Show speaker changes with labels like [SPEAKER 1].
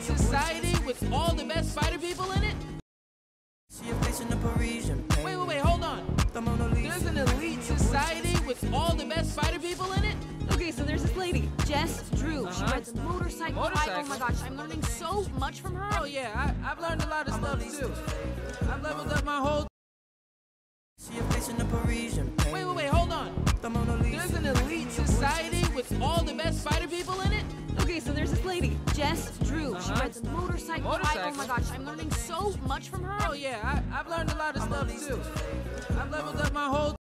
[SPEAKER 1] society with all the best fighter people in it?
[SPEAKER 2] See your face in the Parisian painting.
[SPEAKER 1] Wait, wait, wait, hold on.
[SPEAKER 2] The Mona Lisa.
[SPEAKER 1] There's an elite society with all the best fighter people in it?
[SPEAKER 3] Okay, so there's this lady, Jess Drew. She rides motorcycles. I, oh my gosh, I'm learning so much from her.
[SPEAKER 1] Oh, yeah, I, I've learned a lot of stuff too. I've leveled up my whole.
[SPEAKER 2] See your face in the Parisian painting.
[SPEAKER 1] Wait, wait, wait, hold on.
[SPEAKER 2] The Mona Lisa.
[SPEAKER 1] There's an elite society with all the best fighter people in it?
[SPEAKER 3] Okay, so there's this lady, Jess Drew. She rides motorcycles. I, oh my gosh, I'm learning so much from her.
[SPEAKER 1] Oh, yeah, I, I've learned a lot of stuff too. I've leveled up my whole.